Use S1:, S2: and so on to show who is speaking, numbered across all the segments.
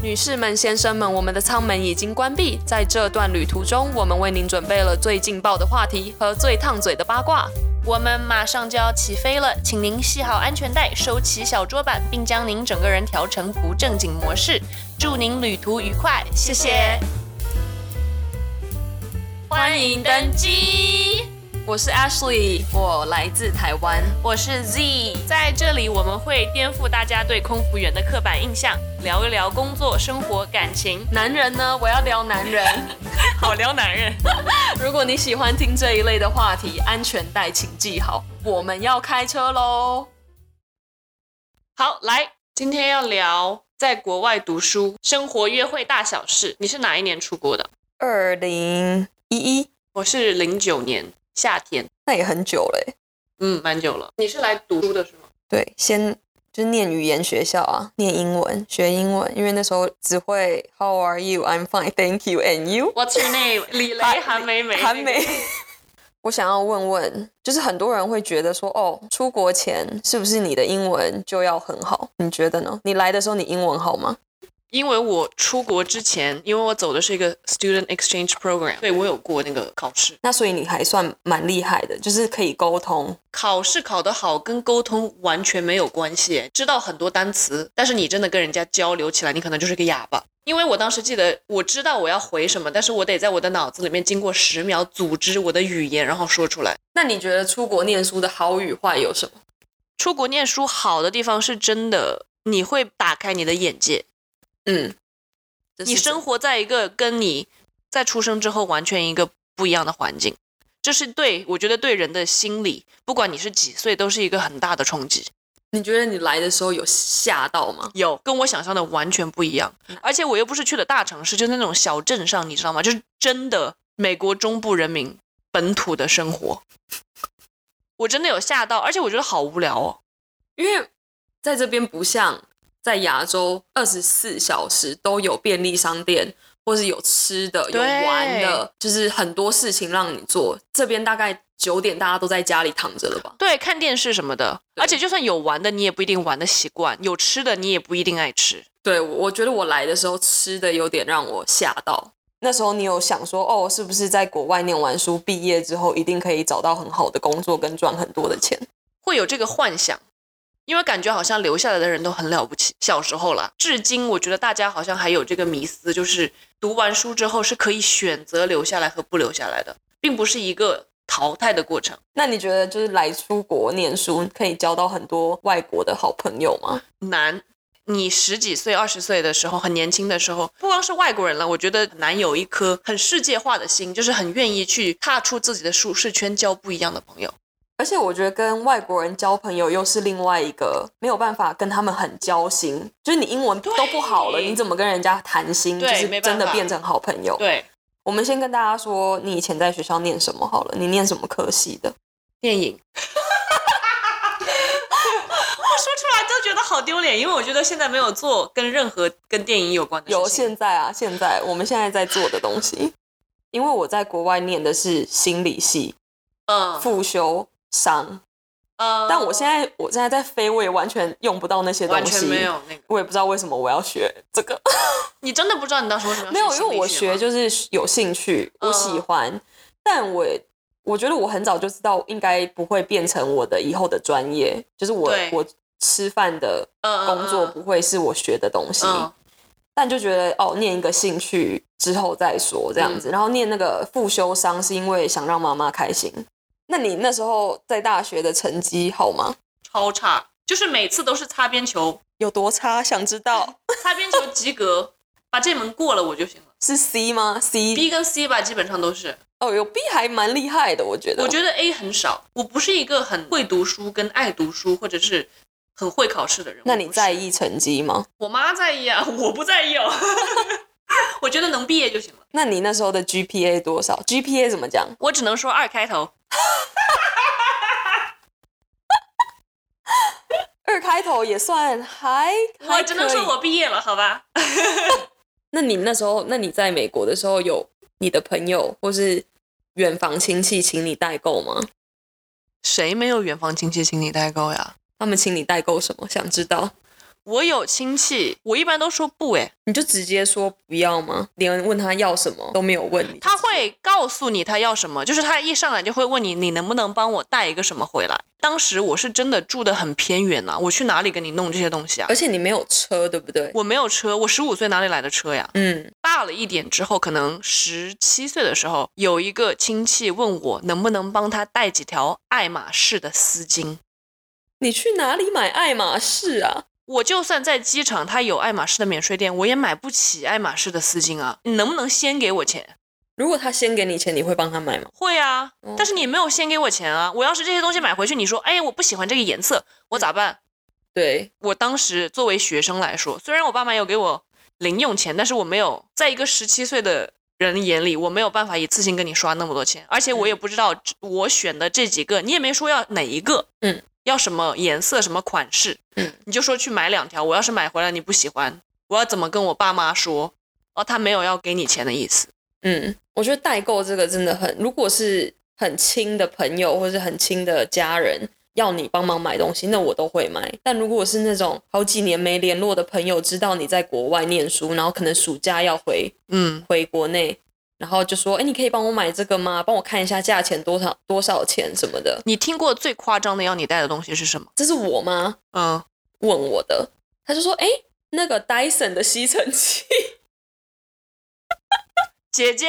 S1: 女士们、先生们，我们的舱门已经关闭。在这段旅途中，我们为您准备了最劲爆的话题和最烫嘴的八卦。
S2: 我们马上就要起飞了，请您系好安全带，收起小桌板，并将您整个人调成不正经模式。祝您旅途愉快，谢谢。
S1: 欢迎登机，我是 Ashley，我来自台湾。
S2: 我是 Z，在这里我们会颠覆大家对空服员的刻板印象，聊一聊工作、生活、感情，
S1: 男人呢？我要聊男人。
S2: 好聊男人。
S1: 如果你喜欢听这一类的话题，安全带请系好，我们要开车喽。
S2: 好，来，今天要聊在国外读书、生活、约会大小事。你是哪一年出国的？
S1: 二零一一，
S2: 我是零九年夏天，
S1: 那也很久了耶。
S2: 嗯，蛮久了。你是来读书的是 吗？
S1: 对，先就是念语言学校啊，念英文，学英文，因为那时候只会 How are you? I'm fine, thank you, and you。
S2: What's your name？李雷、
S1: 韩
S2: 韩梅梅、
S1: 韩梅。我想要问问，就是很多人会觉得说，哦，出国前是不是你的英文就要很好？你觉得呢？你来的时候你英文好吗？
S2: 因为我出国之前，因为我走的是一个 student exchange program，对我有过那个考试，
S1: 那所以你还算蛮厉害的，就是可以沟通。
S2: 考试考得好跟沟通完全没有关系，知道很多单词，但是你真的跟人家交流起来，你可能就是个哑巴。因为我当时记得，我知道我要回什么，但是我得在我的脑子里面经过十秒组织我的语言，然后说出来。
S1: 那你觉得出国念书的好与坏有什么？
S2: 出国念书好的地方是真的，你会打开你的眼界，
S1: 嗯，
S2: 你生
S1: 活
S2: 活在一个跟你在出生之后完全一个不一样的环境，这是对我觉得对人的心理，不管你是几岁，都是一个很大的冲击。
S1: 你觉得你来的时候有吓到吗？
S2: 有跟我想象的完全不一样，而且我又不是去了大城市，就是那种小镇上，你知道吗？就是真的美国中部人民本土的生活，我真的有吓到，而且我觉得好无聊哦。
S1: 因为在这边不像在亚洲，二十四小时都有便利商店，或是有吃的、有
S2: 对
S1: 玩的，就是很多事情让你做。这边大概九点大家都在家里躺着了吧？
S2: 对，看电视什么的，
S1: 对
S2: 而且就算有玩的，你也不一定玩的习惯；有吃的，你也不一定爱吃。
S1: 对，我我觉得我来的时候吃的有点让我吓到。那时候你有想说，哦，是不是在国外念完书，毕业之后一定可以找到很好的工作跟赚很多的钱？
S2: 会有这个幻想，因为感觉好像留下来的人都很了不起。小时候啦，至今我觉得大家好像还有这个迷思，就是读完书之后是可以选择留下来和不留下来的，并不是一个淘汰的过程。
S1: 那你觉得就是来出国念书可以交到很多外国的好朋友吗？
S2: 难。你十几岁、二十岁的时候，很年轻的时候，不光是外国人了，我觉得很难有一颗很世界化的心，就是很愿意去踏出自己的舒适圈，交不一样的朋友。
S1: 而且我觉得跟外国人交朋友又是另外一个没有办法跟他们很交心，就是你英文都不好了，
S2: 对
S1: 你怎么跟人家谈心？就
S2: 对
S1: 是
S2: 没
S1: 真
S2: 办
S1: 的
S2: 法
S1: 变成好朋友。
S2: 对，
S1: 我们先跟大家说，你以前在学校念什么好了？你念什么科系的？
S2: 电 影。我说出来都觉得好丢脸，因为我觉得现在没有做跟任何跟电影有关的事情。
S1: 有现在啊，现在我们现在在做的东西，因为我在国外念的是心理系
S2: 嗯
S1: 复修商，
S2: 呃，
S1: 但我现在我现在在飞，我也完全用不到那些东西，
S2: 完全没。有那个，
S1: 我也不知道为什么我要学这个，
S2: 你真的不知道你当时为什么要
S1: 没有，因
S2: 啊心理
S1: 为我学
S2: 吗
S1: 就是有兴趣，
S2: 嗯
S1: 我喜欢，但我我觉得我很早就知道应该不会变成我的以后的专业，就是我
S2: 对
S1: 我吃饭的
S2: 嗯嗯
S1: 工作
S2: 嗯
S1: 不会是我学的东西，
S2: 嗯
S1: 但就觉得哦，念一个兴趣之后再说这样子，然后念那个复修商是因为想让妈妈开心。那你那时候在大学的成绩好吗？
S2: 超差，就是每次都是擦 边球，
S1: 有多差？想知道
S2: 擦边球及格，把这门过了我就行了。
S1: 是 C 吗？C
S2: B 跟 C 吧，基本上都是。
S1: 哦，有 B 还蛮厉害的，我觉得。
S2: 我觉得 A 很少，我不是一个很会读书、跟爱读书，或者是很会考试的人。
S1: 那
S2: 我
S1: 你
S2: 不是
S1: 在意成绩吗？
S2: 我妈在意啊，我不在意哦。 我觉得能毕业就行了。
S1: 那你那时候的 GPA 多少？GPA 怎么讲？
S2: 我只能说二开头，
S1: 二开头也算还，还
S2: 我只能
S1: 可以
S2: 说我毕业了，好吧？
S1: 那你那时候，那你在美国的时候，有你的朋友或是远房亲戚请你代购吗？
S2: 谁没有远房亲戚请你代购呀？
S1: 他们请你代购什么？想知道？
S2: 我有亲戚，我一般都说不诶，
S1: 你就直接说不要吗？连问他要什么都没有问你，
S2: 他会告诉你他要什么，就是他一上来就会问你，你能不能帮我带一个什么回来？当时我是真的住的很偏远呐、我去哪里给你弄这些东西啊
S1: 而？且你没有车，对不对？
S2: 我没有车，我十五岁哪里来的车呀？
S1: 嗯，
S2: 大了一点之后，可能十七岁的时候，有一个亲戚问我能不能帮他带几条爱马仕的丝巾。
S1: 你去哪里买爱马仕啊？
S2: 我就算在机场，他有爱马仕的免税店，我也买不起爱马仕的丝巾啊！你能不能先给我钱？
S1: 如果他先给你钱，你会帮他买吗？
S2: 会啊
S1: 哦，
S2: 但是你没有先给我钱啊！我要是这些东西买回去，你说，哎，我不喜欢这个颜色，我咋办？
S1: 对，
S2: 我当时作为学生来说，虽然我爸妈有给我零用钱，但是我没有在一个十七岁的人眼里，我没有办法一次性跟你刷那么多钱，而且我
S1: 嗯
S2: 也不知道我选的这几个，你也没说要哪一个，
S1: 嗯，
S2: 要什么颜色、什么款式，
S1: 嗯，
S2: 你就说去买两条，我要是买回来你不喜欢，我要怎么跟我爸妈说？哦，他没有要给你钱的意思，
S1: 嗯，我觉得代购这个真的很，如果是很亲的朋友或是很亲的家人要你帮忙买东西，那我都会买。但如果是那种好几年没联络的朋友，知道你在国外念书，然后可能暑假要回
S2: 嗯，
S1: 回国内，然后就说：“哎，你可以帮我买这个吗？帮我看一下价钱多少多少钱什么的。
S2: 你听过最夸张的要你带的东西是什么”？
S1: 这是我妈
S2: 嗯，
S1: 问我的，她就说：“哎，那个 Dyson 的吸尘器。”
S2: 姐姐，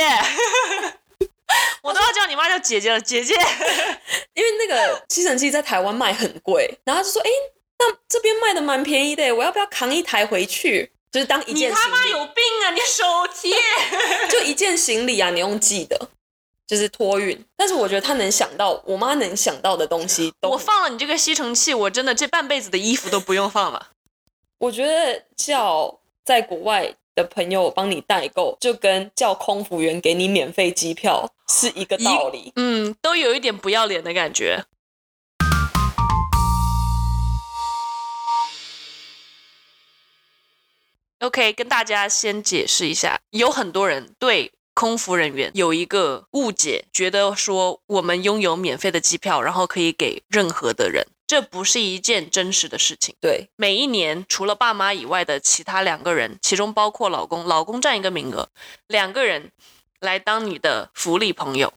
S2: 我都要叫你妈叫姐姐了，姐姐。
S1: 因为那个吸尘器在台湾卖很贵，然后他就说，哎、那这边卖的蛮便宜的，我要不要扛一台回去？就是当一件行李，
S2: 有病啊！你手提
S1: 就一件行李啊，你用寄的，就是托运。但是我觉得他能想到，我妈能想到的东西都，
S2: 我，放了你这个吸尘器，我真的这半辈子的衣服都不用放了。
S1: 我觉得叫在国外的朋友帮你代购，就跟叫空服员给你免费机
S2: 哦
S1: 票是一个道理。
S2: 嗯，都有一点不要脸的感觉。OK，跟大家先解释一下，有很多人对空服人员有一个误解，觉得说我们拥有免费的机票，然后可以给任何的人，这不是一件真实的事情。
S1: 对，
S2: 每一年除了爸妈以外的其他两个人，其中包括老公，老公占一个名额，两个人来当你的福利朋友，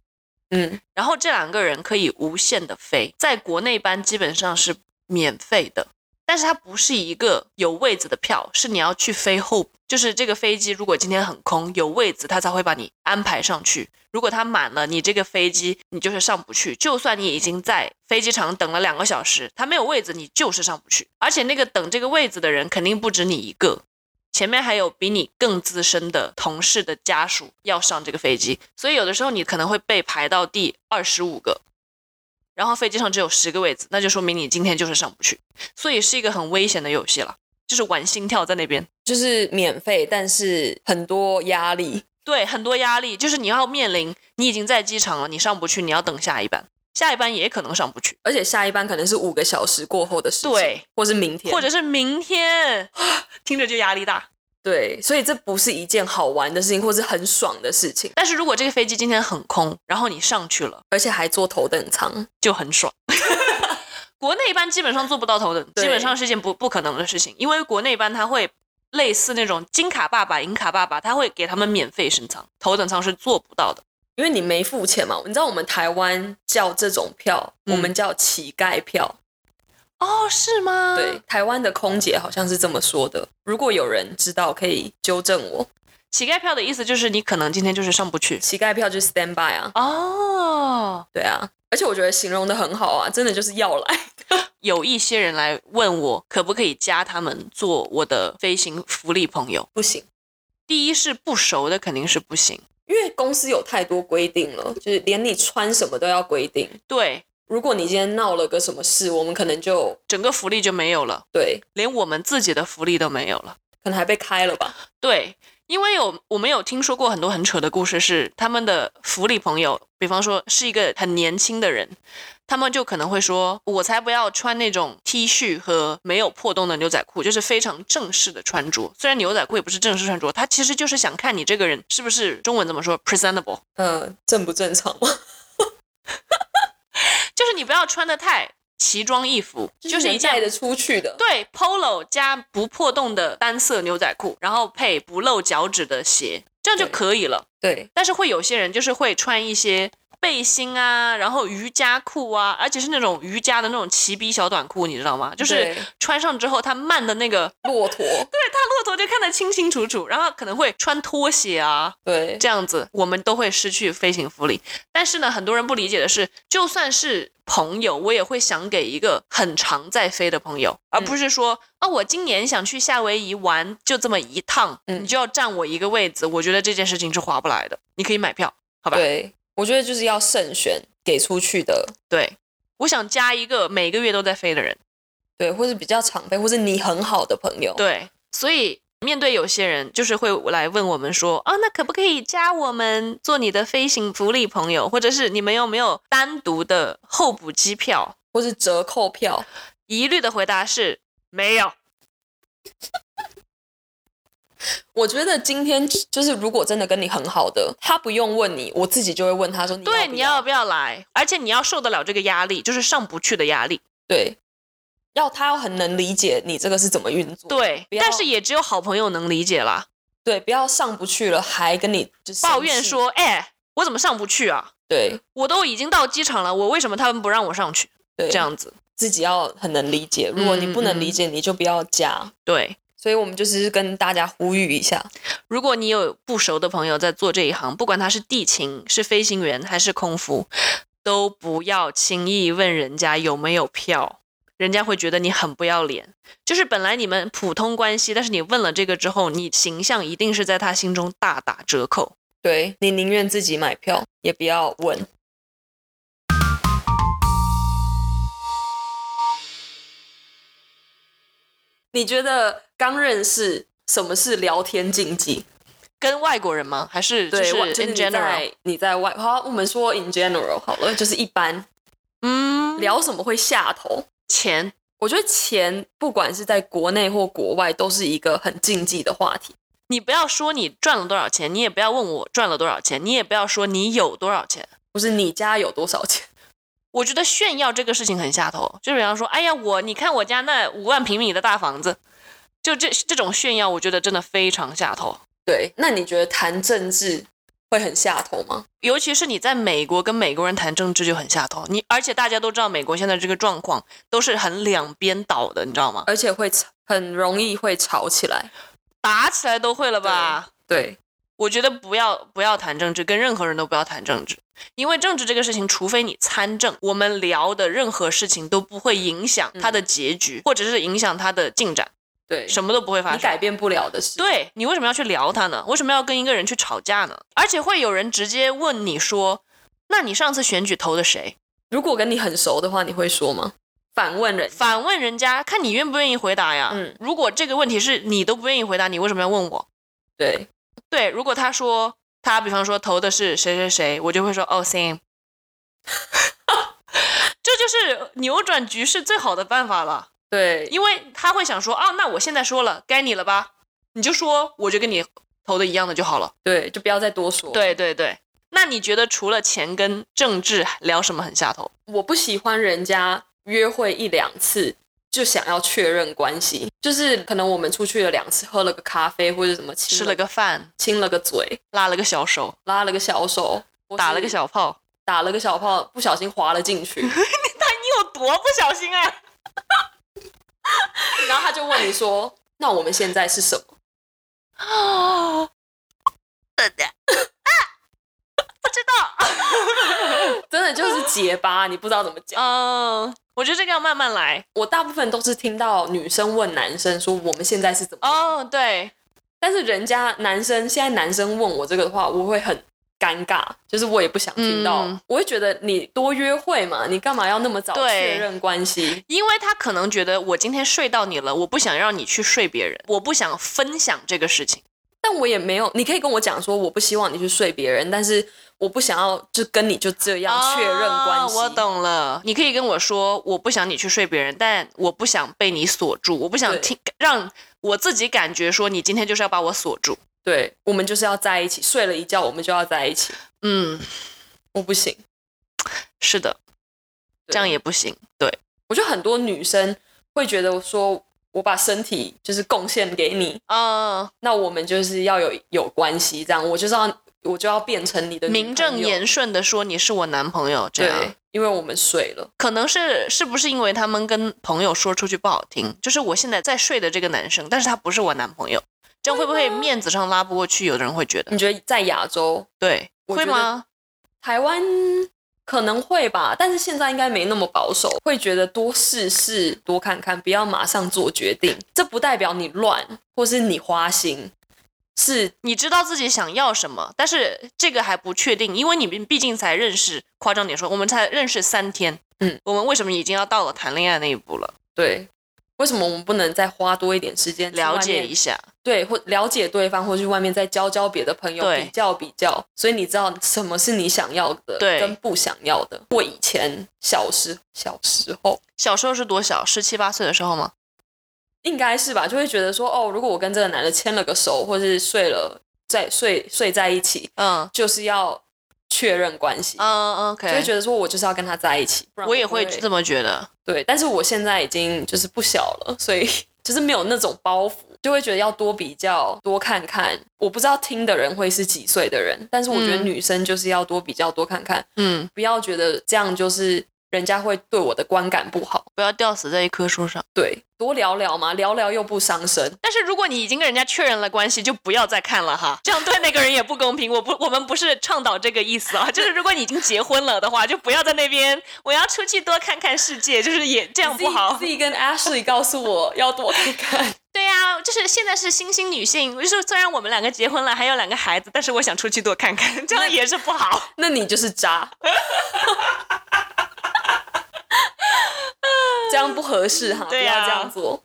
S1: 嗯，
S2: 然后这两个人可以无限的飞，在国内班基本上是免费的，但是它不是一个有位子的票，是你要去飞后，就是这个飞机如果今天很空有位子，他才会把你安排上去。如果它满了，你这个飞机你就是上不去。就算你已经在飞机场等了两个小时，它没有位子，你就是上不去。而且那个等这个位子的人肯定不止你一个，前面还有比你更资深的同事的家属要上这个飞机，所以有的时候你可能会被排到第二十五个，然后飞机上只有十个位子，那就说明你今天就是上不去，所以是一个很危险的游戏了，就是玩心跳在那边。
S1: 就是免费，但是很多压力。
S2: 对，很多压力，就是你要面临你已经在机场了，你上不去，你要等下一班，下一班也可能上不去，
S1: 而且下一班可能是五个小时过后的事情，
S2: 对，
S1: 或是明天，
S2: 或者是明天，啊听着就压力大。
S1: 对，所以这不是一件好玩的事情，或是很爽的事情，
S2: 但是如果这个飞机今天很空，然后你上去了，
S1: 而且还坐头等舱。
S2: 就很爽。 国内班基本上做不到头等，
S1: 对
S2: 基本上是件不不可能的事情，因为国内班它会类似那种金卡爸爸、银卡爸爸，他会给他们免费升舱，头等舱是做不到的。
S1: 因为你没付钱嘛，你知道我们台湾叫这种票，
S2: 嗯
S1: 我们叫乞丐票。
S2: 哦，是吗？
S1: 对，，台湾的空姐好像是这么说的。如果有人知道，可以纠正我。
S2: 乞丐票的意思就是你可能今天就是上不去。
S1: 乞丐票就是 stand by 啊，
S2: 哦，
S1: 对啊，而且我觉得形容的很好啊，真的就是要来。
S2: 有一些人来问我可不可以加他们做我的飞行福利朋友。
S1: 不行，
S2: 第一是不熟的肯定是不行，
S1: 因为公司有太多规定了，就是连你穿什么都要规定。
S2: 对，
S1: 如果你今天闹了个什么事，我们可能就
S2: 整个福利就没有了，
S1: 对，
S2: 连我们自己的福利都没有了。
S1: 可能还被开了吧。
S2: 对，因为有我们有听说过很多很扯的故事是，他们的福利朋友，比方说是一个很年轻的人，他们就可能会说：“我才不要穿那种 T 恤和没有破洞的牛仔裤，就是非常正式的穿着。虽然牛仔裤也不是正式穿着，他其实就是想看你这个人是不是中文怎么说 presentable，
S1: 嗯，正不正常吗？
S2: 就是你不要穿的太。”奇装异服， 就是
S1: 能
S2: 一件
S1: 带得出去的。
S2: 对 polo 加不破洞的单色牛仔裤，然后配不露脚趾的鞋，这样就
S1: 对
S2: 可以了。
S1: 对，
S2: 但是会有些人就是会穿一些背心啊，然后瑜伽裤啊，而且是那种瑜伽的那种齐逼小短裤，你知道吗？就是
S1: 对
S2: 穿上之后，它漫的那个，
S1: 骆驼，
S2: 对，它骆驼就看得清清楚楚，然后可能会穿拖鞋啊，
S1: 对，
S2: 这样子我们都会失去飞行福利。但是呢，很多人不理解的是，就算是朋友，我也会想给一个很常在飞的朋友，而
S1: 嗯
S2: 不是说啊、我今年想去夏威夷玩，就这么一趟，
S1: 嗯
S2: 你就要占我一个位子。我觉得这件事情是划不来的。你可以买票，好吧？
S1: 对，我觉得就是要慎选给出去的，
S2: 对我想加一个每个月都在飞的人。
S1: 对，或是比较常备，或是你很好的朋友，
S2: 对，所以面对有些人，就是会来问我们说，啊，那可不可以加我们做你的飞行福利朋友，或者是你们有没有单独的候补机票？
S1: 或是折扣票，
S2: 一律的回答是没有。
S1: 我觉得今天就是，如果真的跟你很好的，他不用问你，我自己就会问他说你要不
S2: 对，你要不要来？而且你要受得了这个压力，就是上不去的压力。
S1: 对，要他要很能理解你这个是怎么运作，
S2: 对，
S1: 哦不要
S2: 但是也只有好朋友能理解啦。
S1: 对，不要上不去了还跟你就生
S2: 抱怨
S1: 气，
S2: 说，哎，我怎么上不去啊？
S1: 对
S2: 我都已经到机场了，我为什么他们不让我上去？
S1: 对，
S2: 这样嗯子，
S1: 自己要很能理解，如果你不能理解，你就不要加。
S2: 对。
S1: 所以我们就是跟大家呼吁一下，
S2: 如果你有不熟的朋友在做这一行，不管他是地勤、是飞行员还是空服，都不要轻易问人家有没有票，人家会觉得你很不要脸。就是本来你们普通关系，但是你问了这个之后，你形象一定是在他心中大打折扣。
S1: 对你宁愿自己买票，也不要问。你觉得刚认识什么是聊天禁忌？
S2: 跟外国人吗？还是就
S1: 对，
S2: 是
S1: 我就是
S2: in
S1: 你
S2: general？
S1: 在你在外，好，我们说 in general 好了，就是一般
S2: 嗯，
S1: 聊什么会下头。
S2: 钱
S1: 我觉得钱不管是在国内或国外，都是一个很禁忌的话题。
S2: 你不要说你赚了多少钱，你也不要问我赚了多少钱，你也不要说你有多少钱。
S1: 不是你家有多少钱？
S2: 我觉得炫耀这个事情很下头，就比方说，哎呀，我你看我家那五万平米的大房子，就这这种炫耀，我觉得真的非常下头。
S1: 对，那你觉得谈政治会很下头吗？
S2: 尤其是你在美国跟美国人谈政治就很下头，你而且大家都知道美国现在这个状况都是很两边倒的，你知道吗？
S1: 而且会吵，很容易会吵起来。
S2: 打起来都会了吧？
S1: 对，
S2: 我觉得不要不要谈政治，跟任何人都不要谈政治，因为政治这个事情，除非你参政，我们聊的任何事情都不会影响它的结局，或者是影响它的进展，
S1: 对
S2: 什么都不会发生。
S1: 你改变不了的事。，
S2: 对你为什么要去聊他呢？为什么要跟一个人去吵架呢？而且会有人直接问你说：“那你上次选举投的谁
S1: 如果跟你很熟的话，你会说吗？反问人？”，
S2: 反问人家，看你愿不愿意回答呀。
S1: 嗯
S2: 如果这个问题是你都不愿意回答，你为什么要问我？
S1: 对
S2: 对，如果他说他比方说投的是谁谁谁，我就会说：“哦，same。” 这就是扭转局势最好的办法了。
S1: 对，
S2: 因为他会想说，哦，那我现在说了，该你了吧？你就说，我就跟你投的一样的就好了。
S1: 对，就不要再多说。，
S2: 对对对，那你觉得除了钱跟政治聊什么很下头？
S1: 我不喜欢人家约会一两次。就想要确认关系，就是可能我们出去了两次，喝了个咖啡或者什么，亲
S2: 吃了个饭，
S1: 亲了个嘴，
S2: 拉了个小手，
S1: 拉了个小手，或是
S2: 打了个小炮，
S1: 打了个小炮，不小心滑了进去，
S2: 你有多不小心 啊？
S1: 然后他就问你说：“那我们现在是什么
S2: 哦，呃的，啊，不知道。？”
S1: 真的就是结巴，你不知道怎么讲。
S2: 嗯、我觉得这个要慢慢来。
S1: 我大部分都是听到女生问男生说：“我们现在是怎么？”
S2: 哦，对，
S1: 但是人家男生现在男生问我这个的话，我会很尴尬，就是我也不想听到，
S2: 嗯
S1: 我会觉得你多约会嘛，你干嘛要那么早
S2: 对
S1: 确认关系？
S2: 因为他可能觉得我今天睡到你了，我不想让你去睡别人，我不想分享这个事情。
S1: 但我也没有，你可以跟我讲说我不希望你去睡别人，但是我不想要就跟你就这样确认关系。
S2: 哦我懂了，你可以跟我说，我不想你去睡别人，但我不想被你锁住，我不想
S1: 对
S2: 听，让我自己感觉说你今天就是要把我锁住。
S1: 对，我们就是要在一起，睡了一觉我们就要在一起，
S2: 嗯，
S1: 我不行，
S2: 是的，
S1: 对
S2: 这样也不行。对，
S1: 我觉得很多女生会觉得说，我把身体就是贡献给你，
S2: 嗯，
S1: 那我们就是要有有关系，这样我就是要我就要变成你的女
S2: 名正
S1: 朋友
S2: 言啊顺的说你是我男朋友，这样
S1: 对，因为我们睡了，
S2: 可能是是不是因为他们跟朋友说出去不好听，就是我现在在睡的这个男生，但是他不是我男朋友，这样会不会面子上拉不过去？有的人会觉得，
S1: 你觉得在亚洲
S2: 对，
S1: 嗯我
S2: 会
S1: 觉得
S2: 吗？
S1: 台湾可能会吧，但是现在应该没那么保守，会觉得多试试、多看看，不要马上做决定。这不代表你乱，或是你花心，是
S2: 你知道自己想要什么，但是这个还不确定，因为你们毕竟才认识，夸张点说，我们才认识三天，
S1: 嗯，
S2: 我们为什么已经要到了谈恋爱那一步了？
S1: 对。为什么我们不能再花多一点时间去
S2: 了
S1: 外
S2: 解
S1: 面
S2: 一下，
S1: 对，或了解对方，或去外面再交交别的朋友，
S2: 对
S1: 比较比较，所以你知道什么是你想要的，
S2: 对
S1: 跟不想要的。我以前小时小时候
S2: 小时候是多小？十七八岁的时候吗？
S1: 应该是吧，就会觉得说，哦，如果我跟这个男的牵了个手，或是睡了在睡睡在一起，
S2: 嗯
S1: 就是要确认关系，
S2: 嗯嗯
S1: 就会
S2: ，OK，
S1: 觉得说我就是要跟他在一起。不然
S2: 我也
S1: 不
S2: 会这么觉得。
S1: 对，但是我现在已经就是不小了，所以 就是没有那种包袱，就会觉得要多比较、多看看。我不知道听的人会是几岁的人，但是我觉得
S2: 嗯
S1: 女生就是要多比较、多看看，
S2: 嗯，
S1: 不要觉得这样就是人家会对我的观感不好。
S2: 不要吊死在一棵树上。
S1: 对，多聊聊嘛，聊聊又不伤身。
S2: 但是如果你已经跟人家确认了关系，就不要再看了哈，这样对那个人也不公平。我不，我们不是倡导这个意思啊，就是如果你已经结婚了的话，就不要在那边我要出去多看看世界，就是也这样不好
S1: 自。己跟 Ashley 告诉我要多看看，
S2: 对呀、就是现在是新兴女性，就是虽然我们两个结婚了，还有两个孩子，但是我想出去多看看，这样也是不好。
S1: 那你就是渣。 这样不合适哈，
S2: 对
S1: 不
S2: 啊
S1: 要这样做。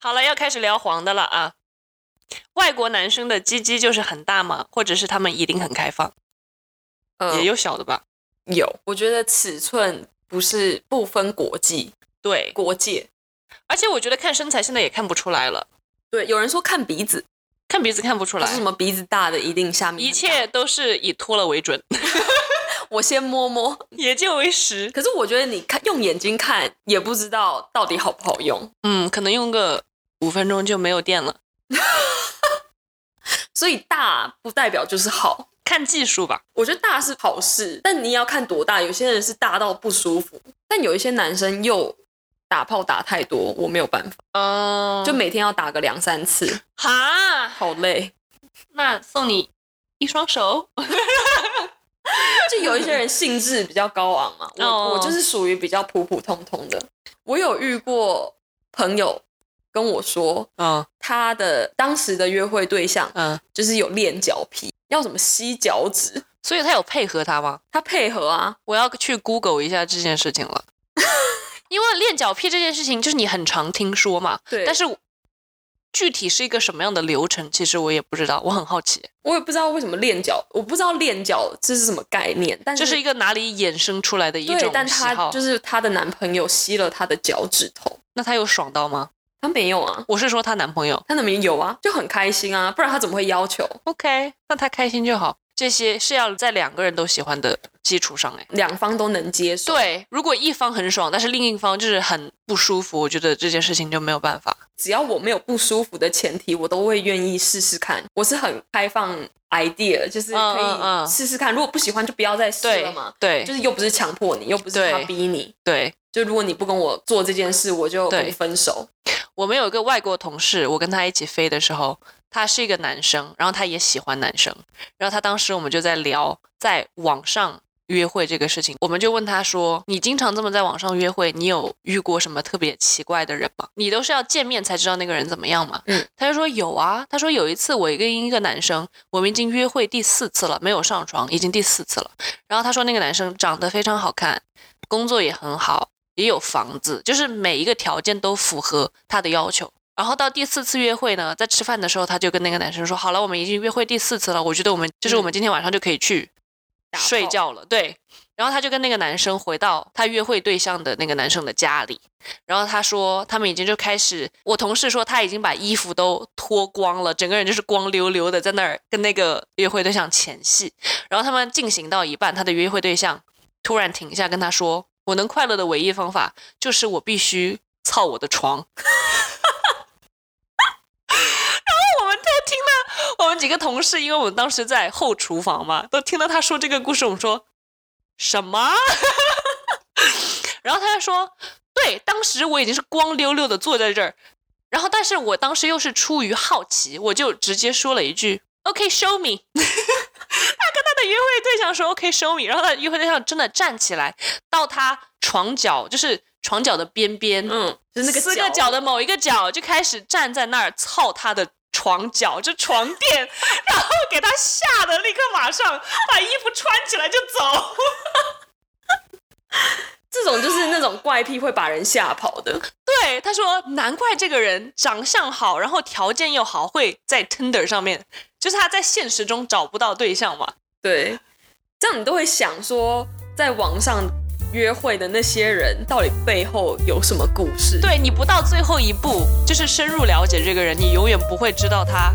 S2: 好了，要开始聊黄的了啊。外国男生的鸡鸡就是很大嘛，或者是他们一定很开放，
S1: 嗯
S2: 也有小的吧？
S1: 有，我觉得尺寸不是不分国际
S2: 对，
S1: 国界。
S2: 而且我觉得看身材现在也看不出来了，
S1: 对，有人说看鼻子，
S2: 看鼻子看不出
S1: 就
S2: 来
S1: 是什。么鼻子大的一定下面
S2: 一
S1: 很大
S2: 切都是以脱了为准，
S1: 我先摸摸。
S2: 也就为实。
S1: 可是我觉得你看用眼睛看也不知道到底好不好用，
S2: 嗯，可能用个五分钟就没有电了，
S1: 所以大不代表就是好。
S2: 看技术吧。
S1: 我觉得大是好事，但你也要看多大。有些人是大到不舒服，但有一些男生又打炮打太多，我没有办法，
S2: 嗯
S1: 就
S2: 就
S1: 每天要打个两三次，
S2: 哈，
S1: 好累。
S2: 那送你一双手。
S1: 就有一些人兴致比较高昂嘛，我、
S2: 哦
S1: 我就是属于比较普普通通的。我有遇过朋友跟我说，
S2: 嗯
S1: 他的当时的约会对象
S2: 嗯，
S1: 就是有练脚皮，要什么吸脚趾，
S2: 所以他有配合他吗？
S1: 他配合啊，
S2: 我要去 Google 一下这件事情了， 因为练脚癖这件事情就是你很常听说嘛，
S1: 对
S2: 但是具体是一个什么样的流程，其实我也不知道，我很好奇，
S1: 我也不知道为什么练脚，我不知道练脚这是什么概念，但
S2: 这
S1: 是
S2: 是一个哪里衍生出来的一种
S1: 对，但
S2: 喜
S1: 她
S2: 好？
S1: 就是她的男朋友吸了她的脚趾头，
S2: 那他有爽到吗？
S1: 她没有啊，
S2: 我是说她男朋友。
S1: 她怎么有啊？就很开心啊，不然她怎么会要求？
S2: OK，那他开心就好。这些是要在两个人都喜欢的基础上，哎，
S1: 两方都能接受，
S2: 对，如果一方很爽，但是另一方就是很不舒服，我觉得这件事情就没有办法。
S1: 只要我没有不舒服的前提，我都会愿意试试看。我是很开放 idea，就是
S2: 嗯
S1: 可
S2: 嗯嗯
S1: 以试试看。如果不喜欢，就不要再试了
S2: 对
S1: 嘛，。
S2: 对，
S1: 就是又不是强迫你，又不是他
S2: 对
S1: 逼你。
S2: 对。
S1: 就如果你不跟我做这件事，我就
S2: 对
S1: 跟你分手。
S2: 我们有一个外国同事，我跟他一起飞的时候，他是一个男生，然后他也喜欢男生，然后他当时我们就在聊在网上约会这个事情，我们就问他说：“你经常这么在网上约会，你有遇过什么特别奇怪的人吗？你都是要见面才知道那个人怎么样吗？”
S1: 嗯，
S2: 他就说有啊，他说有一次我跟一个男生，我们已经约会第四次了，没有上床，已经第四次了，然后他说那个男生长得非常好看，工作也很好，也有房子，就是每一个条件都符合他的要求。然后到第四次约会呢，在吃饭的时候，他就跟那个男生说：“好了，我们已经约会第四次了，我觉得我们就是我们今天晚上就可以去。
S1: 打炮
S2: 睡觉了，对。然后她就跟那个男生回到她约会对象的那个男生的家里，然后她说他们已经就开始，我同事说她已经把衣服都脱光了，整个人就是光溜溜的在那儿跟那个约会对象前戏。然后他们进行到一半，她的约会对象突然停下，跟她说：“我能快乐的唯一方法就是我必须操我的床。” 我们都听到， 我们几个同事，因为我们当时在后厨房嘛，都听到他说这个故事，我们说什么？ 然后他就说，对，当时我已经是光溜溜的坐在这儿，然后但是我当时又是出于好奇，我就直接说了一句，OK，show、me。他 跟他的约会对象说 OK，show、me，然后他的约会对象真的站起来到他床角，就是床角的边边，
S1: 嗯，就是那个
S2: 四个角的某一个角就开始站在那儿操他的床角，就床垫， 然后给他吓得立刻马上把衣服穿起来就走。
S1: 这种就是那种怪癖会把人吓跑的。
S2: 对，他说难怪这个人长相好，然后条件又好，会在 Tinder 上面，就是他在现实中找不到对象嘛。
S1: 对，这样你都会想说，在网上约会的那些人到底背后有什么故事？，
S2: 对你不到最后一步，就是深入了解这个人，你永远不会知道他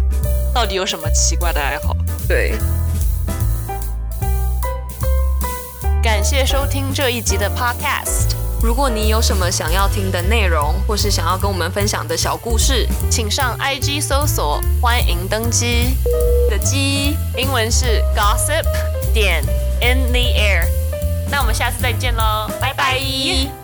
S2: 到底有什么奇怪的爱好。
S1: 对，
S2: 感谢收听这一集的 Podcast。
S1: 如果你有什么想要听的内容，或是想要跟我们分享的小故事
S2: 请上 IG 搜索“欢迎登机
S1: 的鸡，”，
S2: 英文是 gossip 点 in the air。那我们下次再见喽，拜拜